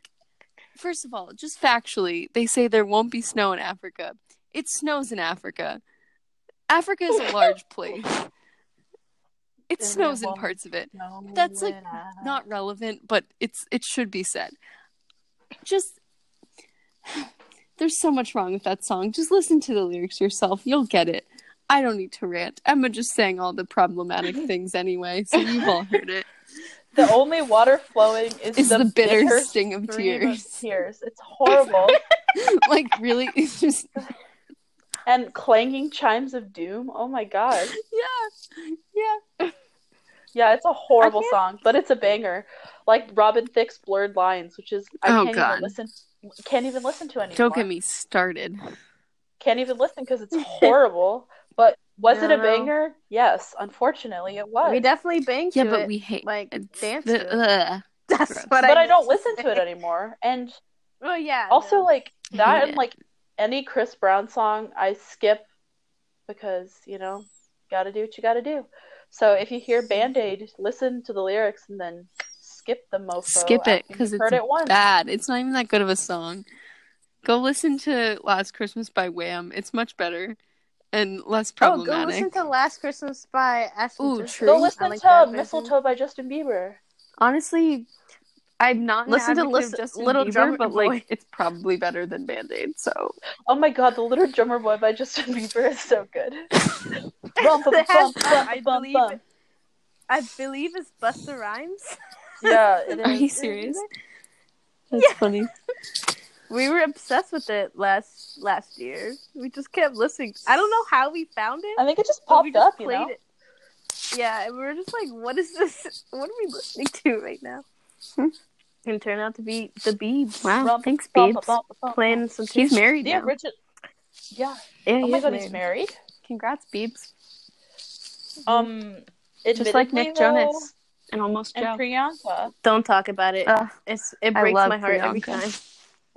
S1: first of all, just factually, they say there won't be snow in Africa. It snows in Africa. Africa is [laughs] a large place. It
S3: There
S1: snows in
S3: won't
S1: parts of it
S3: No
S1: That's, like,
S3: one I-
S1: not relevant, but it's it should be said. Just [sighs] there's so much wrong with that song. Just listen to the lyrics yourself. You'll get it. I don't need to rant. Emma just sang all
S2: [laughs]
S1: the problematic things anyway, so you've all heard it.
S3: the only water flowing is
S1: It's the, bitter, sting of
S3: stream of
S1: tears.
S3: tears. It's
S1: [laughs]
S3: horrible.
S1: like really, it's just
S3: and clanging chimes of doom. Oh my god.
S1: yeah, yeah.
S3: Yeah, it's a horrible
S2: I
S3: song, but it's a banger. Like Robin Thicke's Blurred Lines, which is I
S1: Oh,
S3: can't
S1: God.
S3: even listen can't even listen to anymore.
S1: Don't get me started.
S3: Can't even listen because it's horrible. but was
S2: I
S3: it a
S2: don't know.
S3: banger? Yes, unfortunately it was.
S2: we definitely banged
S1: Yeah,
S2: to
S1: but
S2: it.
S1: we hate
S2: like
S1: it's
S2: dance
S1: the-
S2: to it.
S1: ugh.
S2: [laughs] that's
S1: gross.
S2: what
S3: but I,
S2: meant
S3: don't
S2: to
S3: listen
S2: say.
S3: to it anymore. And
S2: well yeah
S3: also,
S2: no.
S3: like
S1: I
S3: that,
S1: hate
S3: and
S1: it.
S3: like any Chris Brown song, I skip because you know, gotta do what you gotta do. So if you hear Band Aid, listen to the lyrics and then skip the mofo.
S1: Skip it,
S3: after
S1: 'cause
S3: you've
S1: it's
S3: heard it once.
S1: bad. It's not even that good of a song. Go listen to Last Christmas by Wham. It's much better and
S2: oh
S1: less
S2: go
S1: problematic.
S2: listen to last christmas by ashley
S1: Ooh,
S2: Tisdale.
S1: true.
S3: Go
S2: I
S3: listen
S2: like
S3: to
S2: that version.
S3: Mistletoe by Justin Bieber.
S1: Honestly, I'm not an
S2: Listen to
S1: advocate
S2: Listen-
S1: of Justin
S2: Little
S1: Bieber,
S2: Drummer
S1: but
S2: Boy.
S1: like it's probably better than Band Aid. So
S3: Oh my god, the Little Drummer Boy by Justin Bieber is so good. Bum, bum,
S2: It has-
S3: bum, bum,
S2: I
S3: bum,
S2: believe
S3: bum.
S2: it- I believe it's Busta Rhymes. [laughs]
S3: Yeah, [laughs] it
S1: are
S3: is.
S1: you serious? That's funny.
S2: We were obsessed with it last last year. We just kept listening. I don't know how we found it.
S3: I think it just
S2: but
S3: popped
S2: we just
S3: up, you know.
S2: it. Yeah, and we were just like, "What is this? [laughs] What are we listening to right now?"
S1: Hmm.
S2: And turned out to be the Beebs
S1: Wow.
S3: Bum,
S1: Thanks,
S3: bum,
S1: Biebs.
S3: bum, bum, bum.
S2: playing some.
S1: He's married
S3: The
S1: now.
S3: original. Yeah.
S2: Yeah,
S3: Oh
S2: he
S3: my
S2: is
S3: god, he's married.
S1: Congrats, Biebs.
S3: Um,
S1: Just like
S3: admittedly,
S1: Nick
S3: though,
S1: Jonas and almost
S3: and
S1: Joe.
S3: Priyanka,
S2: Don't talk about it.
S1: Ugh,
S2: it's it
S1: Uh, I
S2: breaks
S1: love
S2: my heart every
S1: Priyanka.
S2: time.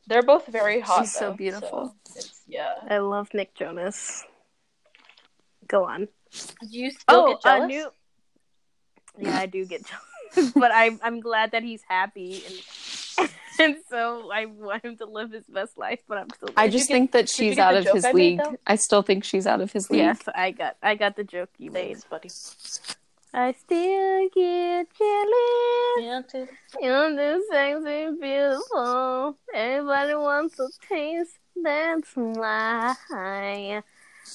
S3: they're both very hot.
S1: She's so
S3: though,
S1: beautiful.
S3: so it's, yeah.
S2: I love Nick Jonas. Go on. Oh,
S3: Do you still get jealous?
S2: a new. Yeah, I do get [laughs] jealous, but I'm I'm glad that he's happy and [laughs] and so I want him to live his best life. But I'm still.
S1: I
S2: like,
S1: just
S3: get-
S1: think that
S3: you
S1: she's
S3: get
S1: out
S3: the
S1: of
S3: joke
S1: his
S3: I made,
S1: league.
S3: though?
S1: I still think she's out of his league.
S2: yes, I got I got the joke you made.
S3: Thanks, buddy.
S2: I still get jealous.
S3: Yeah, too.
S2: You're too sexy, beautiful. Everybody wants to taste that's why.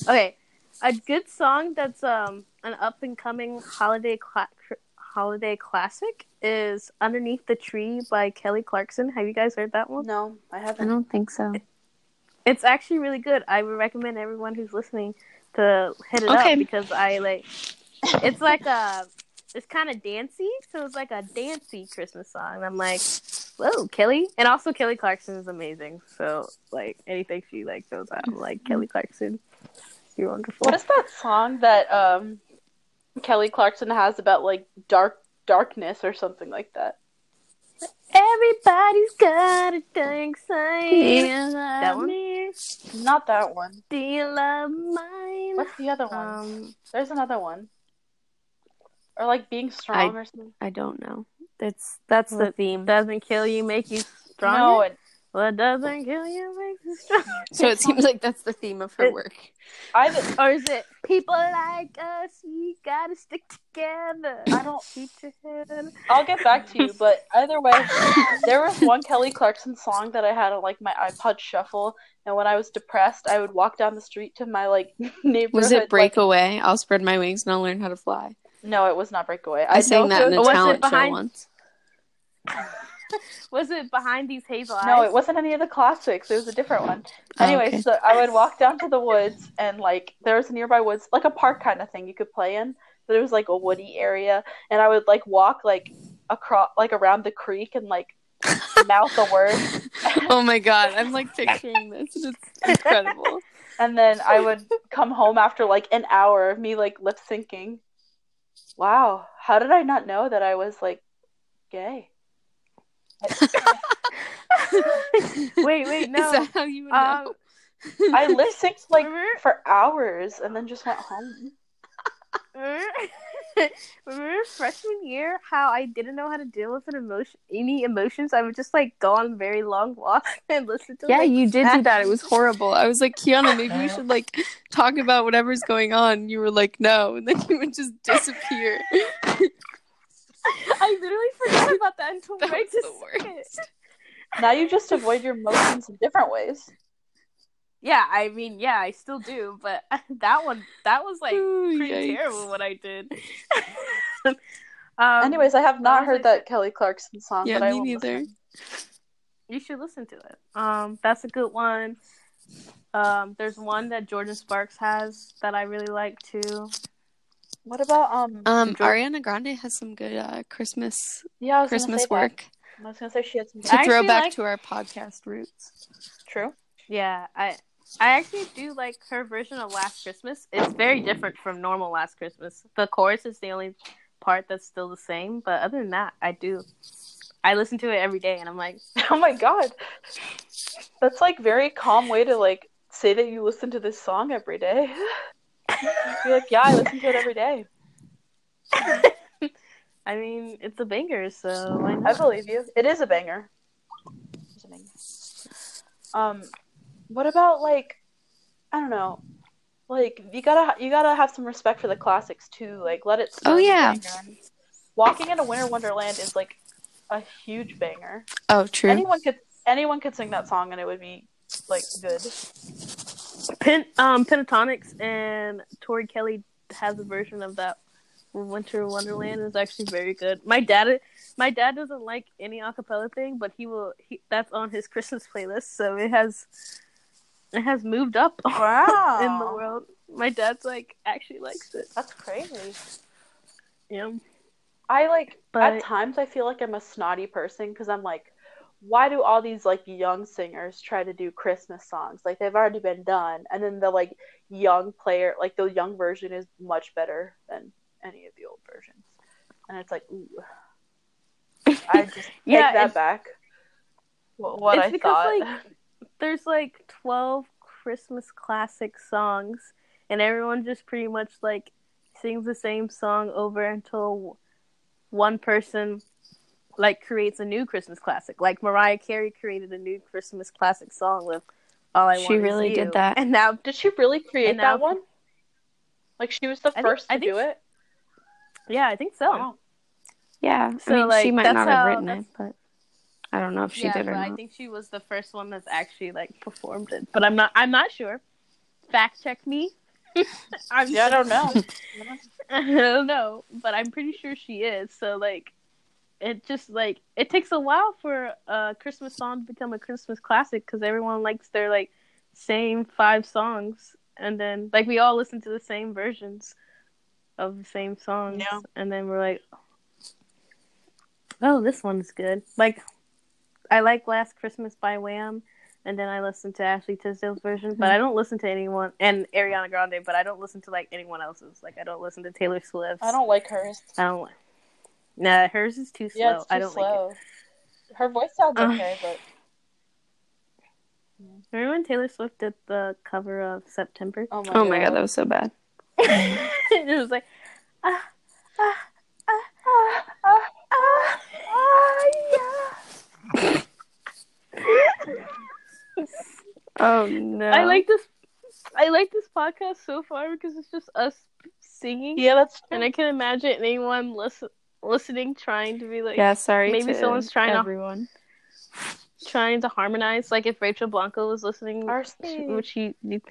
S2: Okay, a good song that's um an up and coming holiday cla- cr- holiday classic is "Underneath the Tree" by Kelly Clarkson. Have you guys heard that one?
S3: No, I
S1: I
S3: haven't.
S1: don't think so.
S2: It's actually really good. I would recommend everyone who's listening to hit it
S1: Okay.
S2: up because I like. It's like a. It's kind of dancey, so it's like a dancey Christmas song. I'm like, whoa, Kelly, and also Kelly Clarkson is amazing. So like anything she like goes out, I'm like Kelly Clarkson, you're wonderful.
S3: What is that song that um Kelly Clarkson has about like dark darkness or something like that?
S2: Everybody's got a dark side.
S1: That
S2: That one?
S3: Not that one.
S2: Do you love mine?
S3: What's the other one?
S2: Um,
S3: There's another one. Or like being strong or something.
S1: I don't know. That's that's the
S2: What?
S1: theme.
S2: doesn't kill you, make you stronger.
S3: No, it,
S2: What doesn't kill you makes you stronger.
S1: So it seems like that's the theme of her
S2: It-
S1: work.
S3: I th-
S2: [laughs] Or is it people like us? You gotta stick together.
S3: I don't.
S2: Keep your head.
S3: I'll get back
S1: [laughs]
S3: to you, but either way, there was one Kelly Clarkson song that I had on like my iPod shuffle, and when I was depressed, I would walk down the street to my like [laughs] neighborhood.
S1: Was it
S3: like-
S1: Breakaway? I'll spread my wings and I'll learn how to fly.
S3: no, it was not Breakaway.
S1: I, sang
S3: know
S1: that in
S3: there
S1: a
S2: was it
S1: talent show
S2: behind-
S1: once.
S2: Was it behind these hazel eyes?
S3: No, it wasn't any of the classics. It was a different one.
S1: Oh,
S3: Anyway,
S1: okay.
S3: so I would walk down to the woods and like there was nearby woods, like a park kind of thing you could play in. But it was like a woody area, and I would like walk like across, like around the creek, and like mouth the words,
S1: [laughs] oh my god, I'm like picturing this and it's [laughs] incredible.
S3: and then I would come home after like an hour of me like lip syncing. Wow, how did I not know that I was like gay?
S2: [laughs] Wait, [laughs] wait, no.
S1: Is that how you would know?
S2: Um,
S3: I lip synced
S1: [laughs]
S3: like
S2: remember-
S3: for hours, and then just went home.
S2: remember, remember [laughs] freshman year how I didn't know how to deal with an emotion, any emotions. I would just like go on very long walks [laughs] and listen to.
S1: yeah,
S2: like,
S1: you did do
S2: sad-
S1: that. It was horrible. I was like, Kiana, maybe we should like talk about whatever's going on. You were like, no, and then you would just disappear.
S2: [laughs]
S1: [laughs]
S2: I literally [laughs] forgot about that until
S1: That
S2: right
S1: was
S2: this
S1: the worst.
S2: second.
S3: Now you just avoid your emotions in different ways.
S2: Yeah, I mean, yeah, I still do, but [laughs] that one, that was like
S1: Ooh,
S2: pretty
S1: [laughs] yikes.
S2: terrible what I did. um,
S3: Anyways, I have not
S2: was
S3: heard
S2: I-
S3: that Kelly Clarkson song,
S1: Yeah,
S3: but I
S1: me
S3: will listen.
S1: neither.
S2: you should listen to it. Um, that's a good one. Um, there's one that Jordan Sparks has that I really like too.
S3: What about um?
S1: Um,
S2: Enjoy-
S1: Ariana Grande has some good uh, Christmas
S3: yeah, I was gonna say
S1: Christmas
S3: that.
S1: work
S3: I was gonna say she had some
S1: [laughs] to
S2: I
S1: throw
S2: actually
S1: back
S2: like-
S1: to our podcast roots.
S3: true. [laughs]
S2: Yeah, I I actually do like her version of Last Christmas. It's very different from normal Last Christmas. The chorus is the only part that's still the same, but other than that, I do. I listen to it every day, and I'm like,
S3: Oh my god, that's like very calm way to like say that you listen to this song every day. [laughs] You're like, yeah, I listen to it every day.
S2: I mean, it's a banger, so why
S3: I
S2: not?
S3: believe you. It is a banger. It's a banger. Um, what about like, I don't know, like you gotta you gotta have some respect for the classics too. Like, let it. Snow
S1: Oh,
S3: is a
S1: yeah.
S3: banger. Walking in a winter wonderland is like a huge banger.
S1: Oh, true.
S3: Anyone could anyone could sing that song and it would be like good.
S2: Pen, um, Pentatonics and Tori Kelly has a version of that. Winter Wonderland is actually very good. My dad, my dad doesn't like any acapella thing, but he will. He, that's on his [laughs] Christmas playlist, so it has, it has moved up [laughs]
S3: Wow.
S2: in the world. My dad's like actually likes it.
S3: That's crazy.
S2: Yeah,
S3: I like
S2: But-
S3: at times I feel like I'm a snotty person because I'm like, why do all these like young singers try to do Christmas songs? Like they've already been done, and then the like young player, like the young version is much better than any of the old versions, and it's like, ooh,
S2: [laughs]
S3: I just take
S2: Yeah,
S3: that
S2: it's-
S3: back. What, what
S2: it's
S3: I
S2: because,
S3: thought.
S2: like, there's like twelve Christmas classic songs, and everyone just pretty much like sings the same song over until one person like creates a new Christmas classic. Like Mariah Carey created a new Christmas classic song with "All I
S1: She
S2: Want." Is
S1: really
S2: You.
S1: did that.
S2: and now
S3: [laughs] Did she really create
S2: And now-
S3: that one? Like she was the
S2: think-
S3: first
S2: I
S3: to
S2: think
S3: do
S2: she-
S3: it.
S2: yeah, I think so.
S3: Wow.
S1: yeah.
S2: So,
S1: I mean, she
S2: like,
S1: might
S2: that's
S1: not have
S2: how-
S1: written it,
S2: that's-
S1: but I don't know if she
S2: yeah,
S1: did or
S2: but I
S1: not.
S2: think she was the first one that's actually like performed it. But I'm not. I'm not sure. Fact check me. [laughs] I'm
S3: Yeah, I don't
S2: [laughs]
S3: know.
S2: I don't know, but I'm pretty sure she is. So like, it just like it takes a while for a Christmas song to become a Christmas classic because everyone likes their like same five songs, and then like we all listen to the same versions of the same songs,
S3: Yeah.
S2: and then we're like, oh, this one's good. Like, I like Last Christmas by Wham. And then I listen to Ashley Tisdale's version, but I don't listen to anyone and Ariana Grande, but I don't listen to like anyone else's. Like I don't listen to Taylor Swift.
S3: I don't like hers.
S2: I don't. Nah, hers is too slow.
S3: Yeah, it's too
S2: I don't like
S3: slow. Her voice sounds
S2: Uh.
S3: okay, but
S2: it. Remember when Taylor Swift did the cover of September?
S3: oh my
S1: Oh my god, that was so bad.
S2: [laughs] it was [laughs] like, ah, ah,
S3: Ah, ah,
S2: ah.
S1: Oh no.
S2: I like this. I like this podcast so far because it's just us singing,
S3: yeah, that's
S2: and I can imagine anyone listen listening trying to be like,
S1: Yeah, sorry.
S2: Maybe
S1: to
S2: someone's trying to- [laughs]
S1: everyone.
S2: trying to harmonize. Like if Rachel Blanco was listening,
S3: our
S2: she- would she you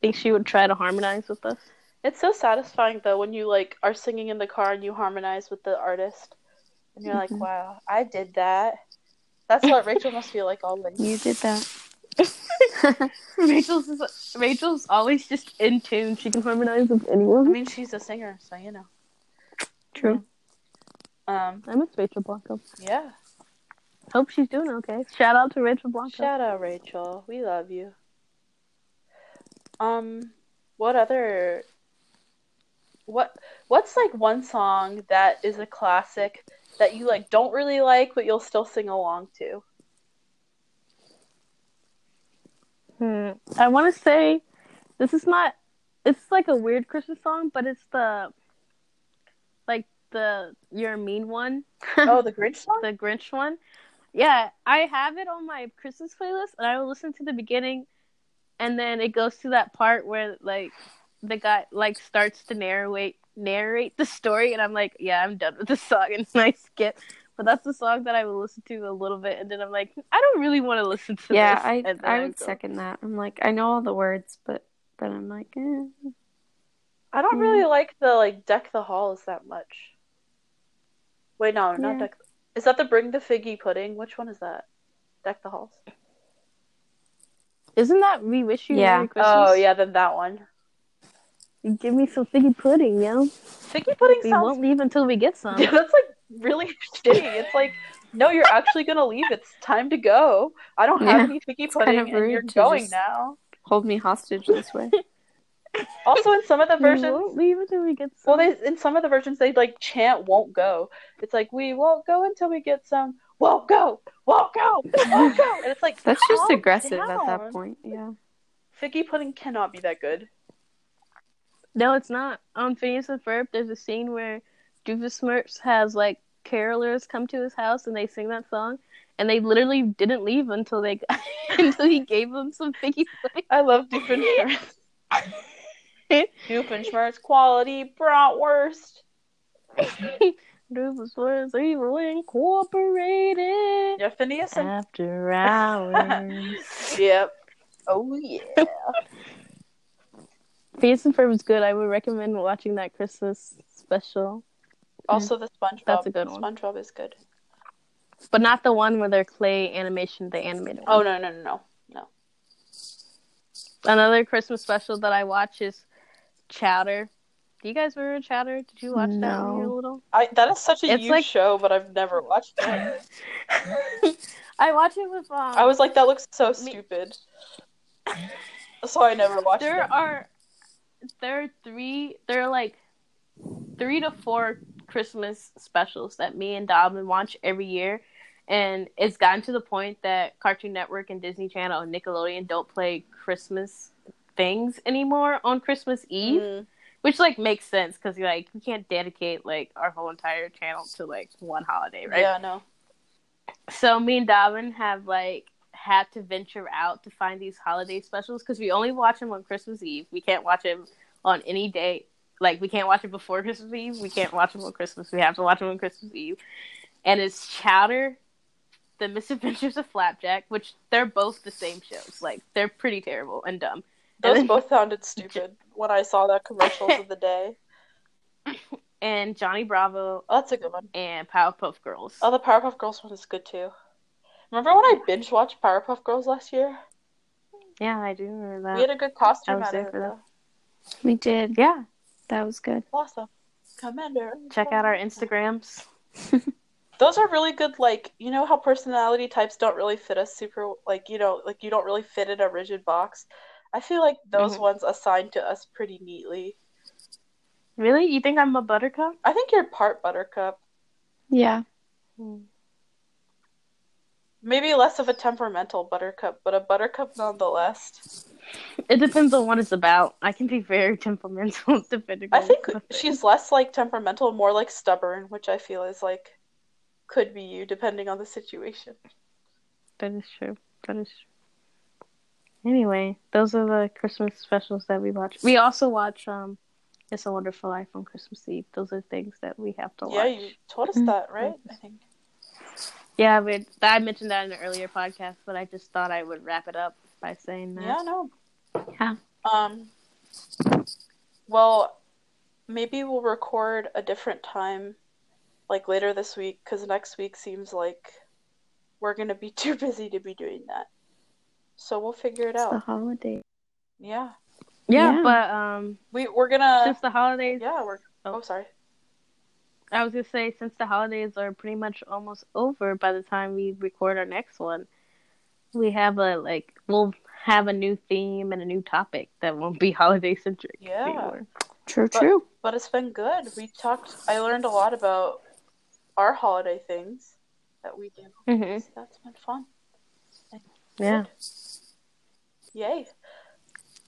S2: think she would try to harmonize with us?
S3: It's so satisfying though when you like are singing in the car and you harmonize with the artist, and you're like,
S1: Mhm.
S3: "Wow, I did that." That's what Rachel must feel like all
S1: You
S3: day.
S1: did that.
S2: Rachel's is, Rachel's always just in tune. She can harmonize with anyone.
S3: I mean, she's a singer, so you know.
S1: True.
S3: Um,
S2: I miss Rachel Blanco.
S3: yeah.
S2: Hope she's doing okay. Shout out to Rachel Blanco.
S3: Shout out, Rachel. We love you. Um, what other? What What's like one song that is a classic that you like don't really like, but you'll still sing along to?
S2: Hmm. I want to say this is not. It's like a weird Christmas song, but it's the like the you're a mean one,
S3: Oh, the Grinch song.
S2: the Grinch one. Yeah, I have it on my Christmas playlist, and I will listen to the beginning, and then it goes to that part where like the guy like starts to narrate narrate the story, and I'm like, yeah, I'm done with this song, [laughs] and I skip. But that's the song that I will listen to a little bit, and then I'm like, I don't really want to listen to.
S1: Yeah,
S2: this.
S1: I
S2: and then
S1: I would
S2: go.
S1: second that. I'm like, I know all the words, but but I'm like, eh.
S3: I don't really like the like deck the halls that much. Wait, no, not
S1: Yeah.
S3: deck. Is that the bring the figgy pudding? Which one is that? Deck the halls.
S2: Isn't that We Wish You
S1: Yeah.
S2: Merry Christmas?
S3: Oh yeah, then that one.
S2: Give me some figgy pudding, yo.
S3: Figgy pudding
S2: We
S3: sounds
S2: won't leave until we get
S3: [laughs]
S1: Um,
S2: some.
S3: Yeah, that's like really [laughs] shitty. It's like, no, you're actually gonna leave. It's time to go. I don't have
S1: Yeah.
S3: any figgy
S1: kind
S3: pudding,
S1: of
S3: and you're
S1: rude to
S3: going
S1: just-
S3: now.
S1: hold me hostage this
S2: [laughs]
S1: way.
S3: Also, in some of the
S2: we
S3: versions,
S2: won't leave until we get
S3: well,
S2: some.
S3: they in some of the versions they like chant "won't go." It's like we won't go until we get some. Won't go. Won't go. Won't go. And it's like
S1: That's just
S2: Oh,
S3: calm
S1: aggressive at
S3: down.
S1: that point. Yeah.
S3: Figgy pudding cannot be that good.
S2: No, it's not. On Phineas and Ferb, there's a scene where Doofus Smurfs has like carolers come to his house and they sing that song, and they literally didn't leave until they [laughs] until he gave them some [laughs] figgy pudding.
S3: I love
S1: [laughs]
S3: Doofenshmirtz. Doofenshmirtz quality bratwurst.
S2: This was evil incorporated.
S3: Yeah, Phineas
S2: [laughs]
S3: and
S1: Uh.
S2: After hours.
S3: Yep. Oh yeah.
S2: [laughs] Phineas and Ferb is good. I would recommend watching that Christmas special,
S3: Also, the SpongeBob.
S2: That's a good one.
S3: SpongeBob is good.
S2: but not the one where their clay animation, the animated one.
S3: Oh no no no no.
S2: Another Christmas special that I watch is Chowder. Do you guys remember Chowder? Did you watch that when you were
S1: No.
S2: little? [laughs]
S3: I that is such a
S2: It's
S3: huge
S2: like-
S3: show, but I've never watched it.
S2: I watch it with um.
S3: I was like, that looks so stupid. So I never watched
S2: there
S3: it.
S2: are there are three there are like three to four christmas specials that me and dobbin watch every year and it's gotten to the point that cartoon network and disney channel and nickelodeon don't play christmas things anymore on christmas eve
S3: Mm.
S2: which like makes sense because like we can't dedicate like our whole entire channel to like one holiday right
S3: Yeah, no.
S2: so me and Dobbin have like had to venture out to find these holiday specials because we only watch them on Christmas Eve. We can't watch them on any day. Like we can't watch it before Christmas Eve. We can't watch them on Christmas. We have to watch them on Christmas Eve. And it's Chowder, The Misadventures of Flapjack, which they're both the same shows. Like they're pretty terrible and dumb. And
S3: Those
S2: then-
S3: both sounded stupid when I saw that commercials of the day.
S2: And Johnny Bravo
S3: Oh, that's a good one.
S2: and Powerpuff Girls.
S3: Oh, the Powerpuff Girls one is good too. Remember when I binge watched Powerpuff Girls last year?
S2: yeah, I do remember
S3: We
S2: that.
S3: had a good costume
S2: was
S3: out
S2: there
S3: of it.
S2: for that.
S3: though.
S1: We did.
S2: yeah,
S1: That was good.
S3: Awesome. Commander.
S2: check out our Instagrams.
S3: Those are really good. Like you know how personality types don't really fit us super. Like you know, like you don't really fit in a rigid box. I feel like those
S2: Mhm.
S3: ones assigned to us pretty neatly.
S2: Really, you think I'm a buttercup?
S3: I think you're part Buttercup.
S1: Yeah.
S3: Maybe less of a temperamental Buttercup, but a Buttercup nonetheless.
S2: It depends on what it's about. I can be very [laughs] temperamental depending
S3: I
S2: on
S3: think
S2: the thing.
S3: she's less like temperamental, more like stubborn, which I feel is like could be you depending on the situation.
S2: that is true. That is true. Anyway, those are the Christmas specials that we watch. We also watch um It's a Wonderful Life on Christmas Eve. Those are things that we have to
S3: yeah,
S2: watch.
S3: you told us
S1: Mm.
S3: that, right? I think.
S2: Yeah, but I mentioned that in an earlier podcast, but I just thought I would wrap it up by saying that.
S3: Yeah, no.
S1: Yeah.
S3: Um. Well, maybe we'll record a different time, like later this week, because next week seems like we're gonna be [laughs] too busy to be doing that. So we'll figure it
S1: It's the
S3: out.
S1: holiday.
S3: Yeah,
S2: Yeah,
S1: Yeah.
S2: but um
S3: we we're gonna.
S2: since the holidays
S3: Yeah, we're.
S2: Oh.
S3: Oh, sorry.
S2: I was gonna say since the holidays are pretty much almost over by the time we record our next one, we have a like we'll have a new theme and a new topic that won't be [laughs] holiday centric
S3: Yeah.
S2: anymore.
S1: True,
S3: But-
S1: true.
S3: But it's been good. We talked. I learned a lot about our holiday things that we do.
S2: Mm-hmm.
S3: So that's been fun.
S2: Yeah,
S3: Yay.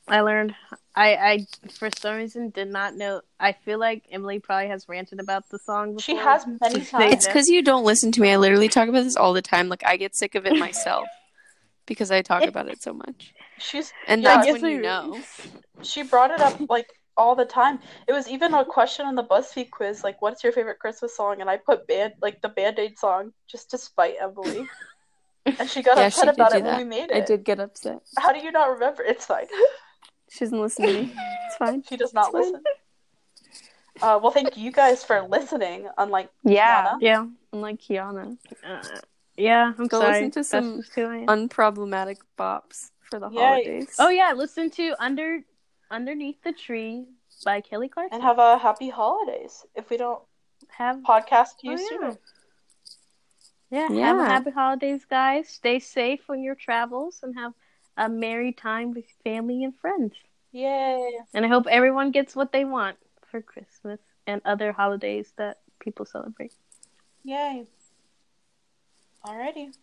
S2: I learned. I I for some reason did not know. I feel like Emily probably has ranted about the song. Before.
S3: She has many
S2: Just saying
S3: times.
S1: [laughs] It's because you don't listen to me. I literally talk about this all the time. Like I get sick of it [laughs] myself because I talk about it so much.
S3: She's
S1: And
S3: Yeah, I
S1: that's
S2: guess
S1: when
S2: we-
S1: you know.
S3: she brought it up like all the time. It was even a question on the BuzzFeed quiz, like, "What's your favorite Christmas song?" And I put band like the Band Aid song just to spite
S2: [laughs]
S3: Emily, and she got
S1: Yeah,
S3: upset
S1: she did
S3: about
S1: do
S3: it when
S1: that.
S3: we made
S1: [laughs] I
S3: it.
S1: did get upset.
S3: How do you not remember? It's fine. [laughs]
S1: She doesn't listen to me. It's fine.
S3: She does not
S1: It's fine.
S3: listen. Uh, well, thank you guys for listening. Unlike
S1: Yeah.
S3: Kiana.
S2: Yeah,
S1: Unlike Kiana.
S2: uh, yeah. I'm
S1: Go
S2: sorry.
S1: listen to
S2: That's
S1: some-
S2: just who I am.
S1: Unproblematic bops for the
S3: Yay.
S1: holidays.
S2: Oh yeah, listen to under underneath the tree by Kelly Clarkson.
S3: and have a happy holidays. If we don't
S2: have
S3: podcast to you
S2: Oh,
S3: soon,
S2: Yeah, have a
S1: Yeah.
S2: happy holidays, guys. Stay safe on your travels and have a merry time with family and friends.
S3: yay!
S2: And I hope everyone gets what they want for Christmas and other holidays that people celebrate.
S3: Yay. Alrighty.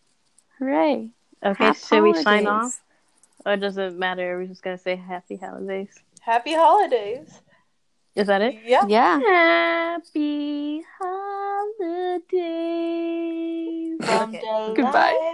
S1: Hooray.
S2: Okay,
S1: Happy
S2: should we sign
S1: holidays.
S2: off? Or does it matter? We're just gonna say happy holidays.
S3: Happy holidays.
S2: Is that it?
S3: Yeah.
S1: Yeah.
S2: Happy holidays.
S3: From
S2: Okay.
S1: Goodbye.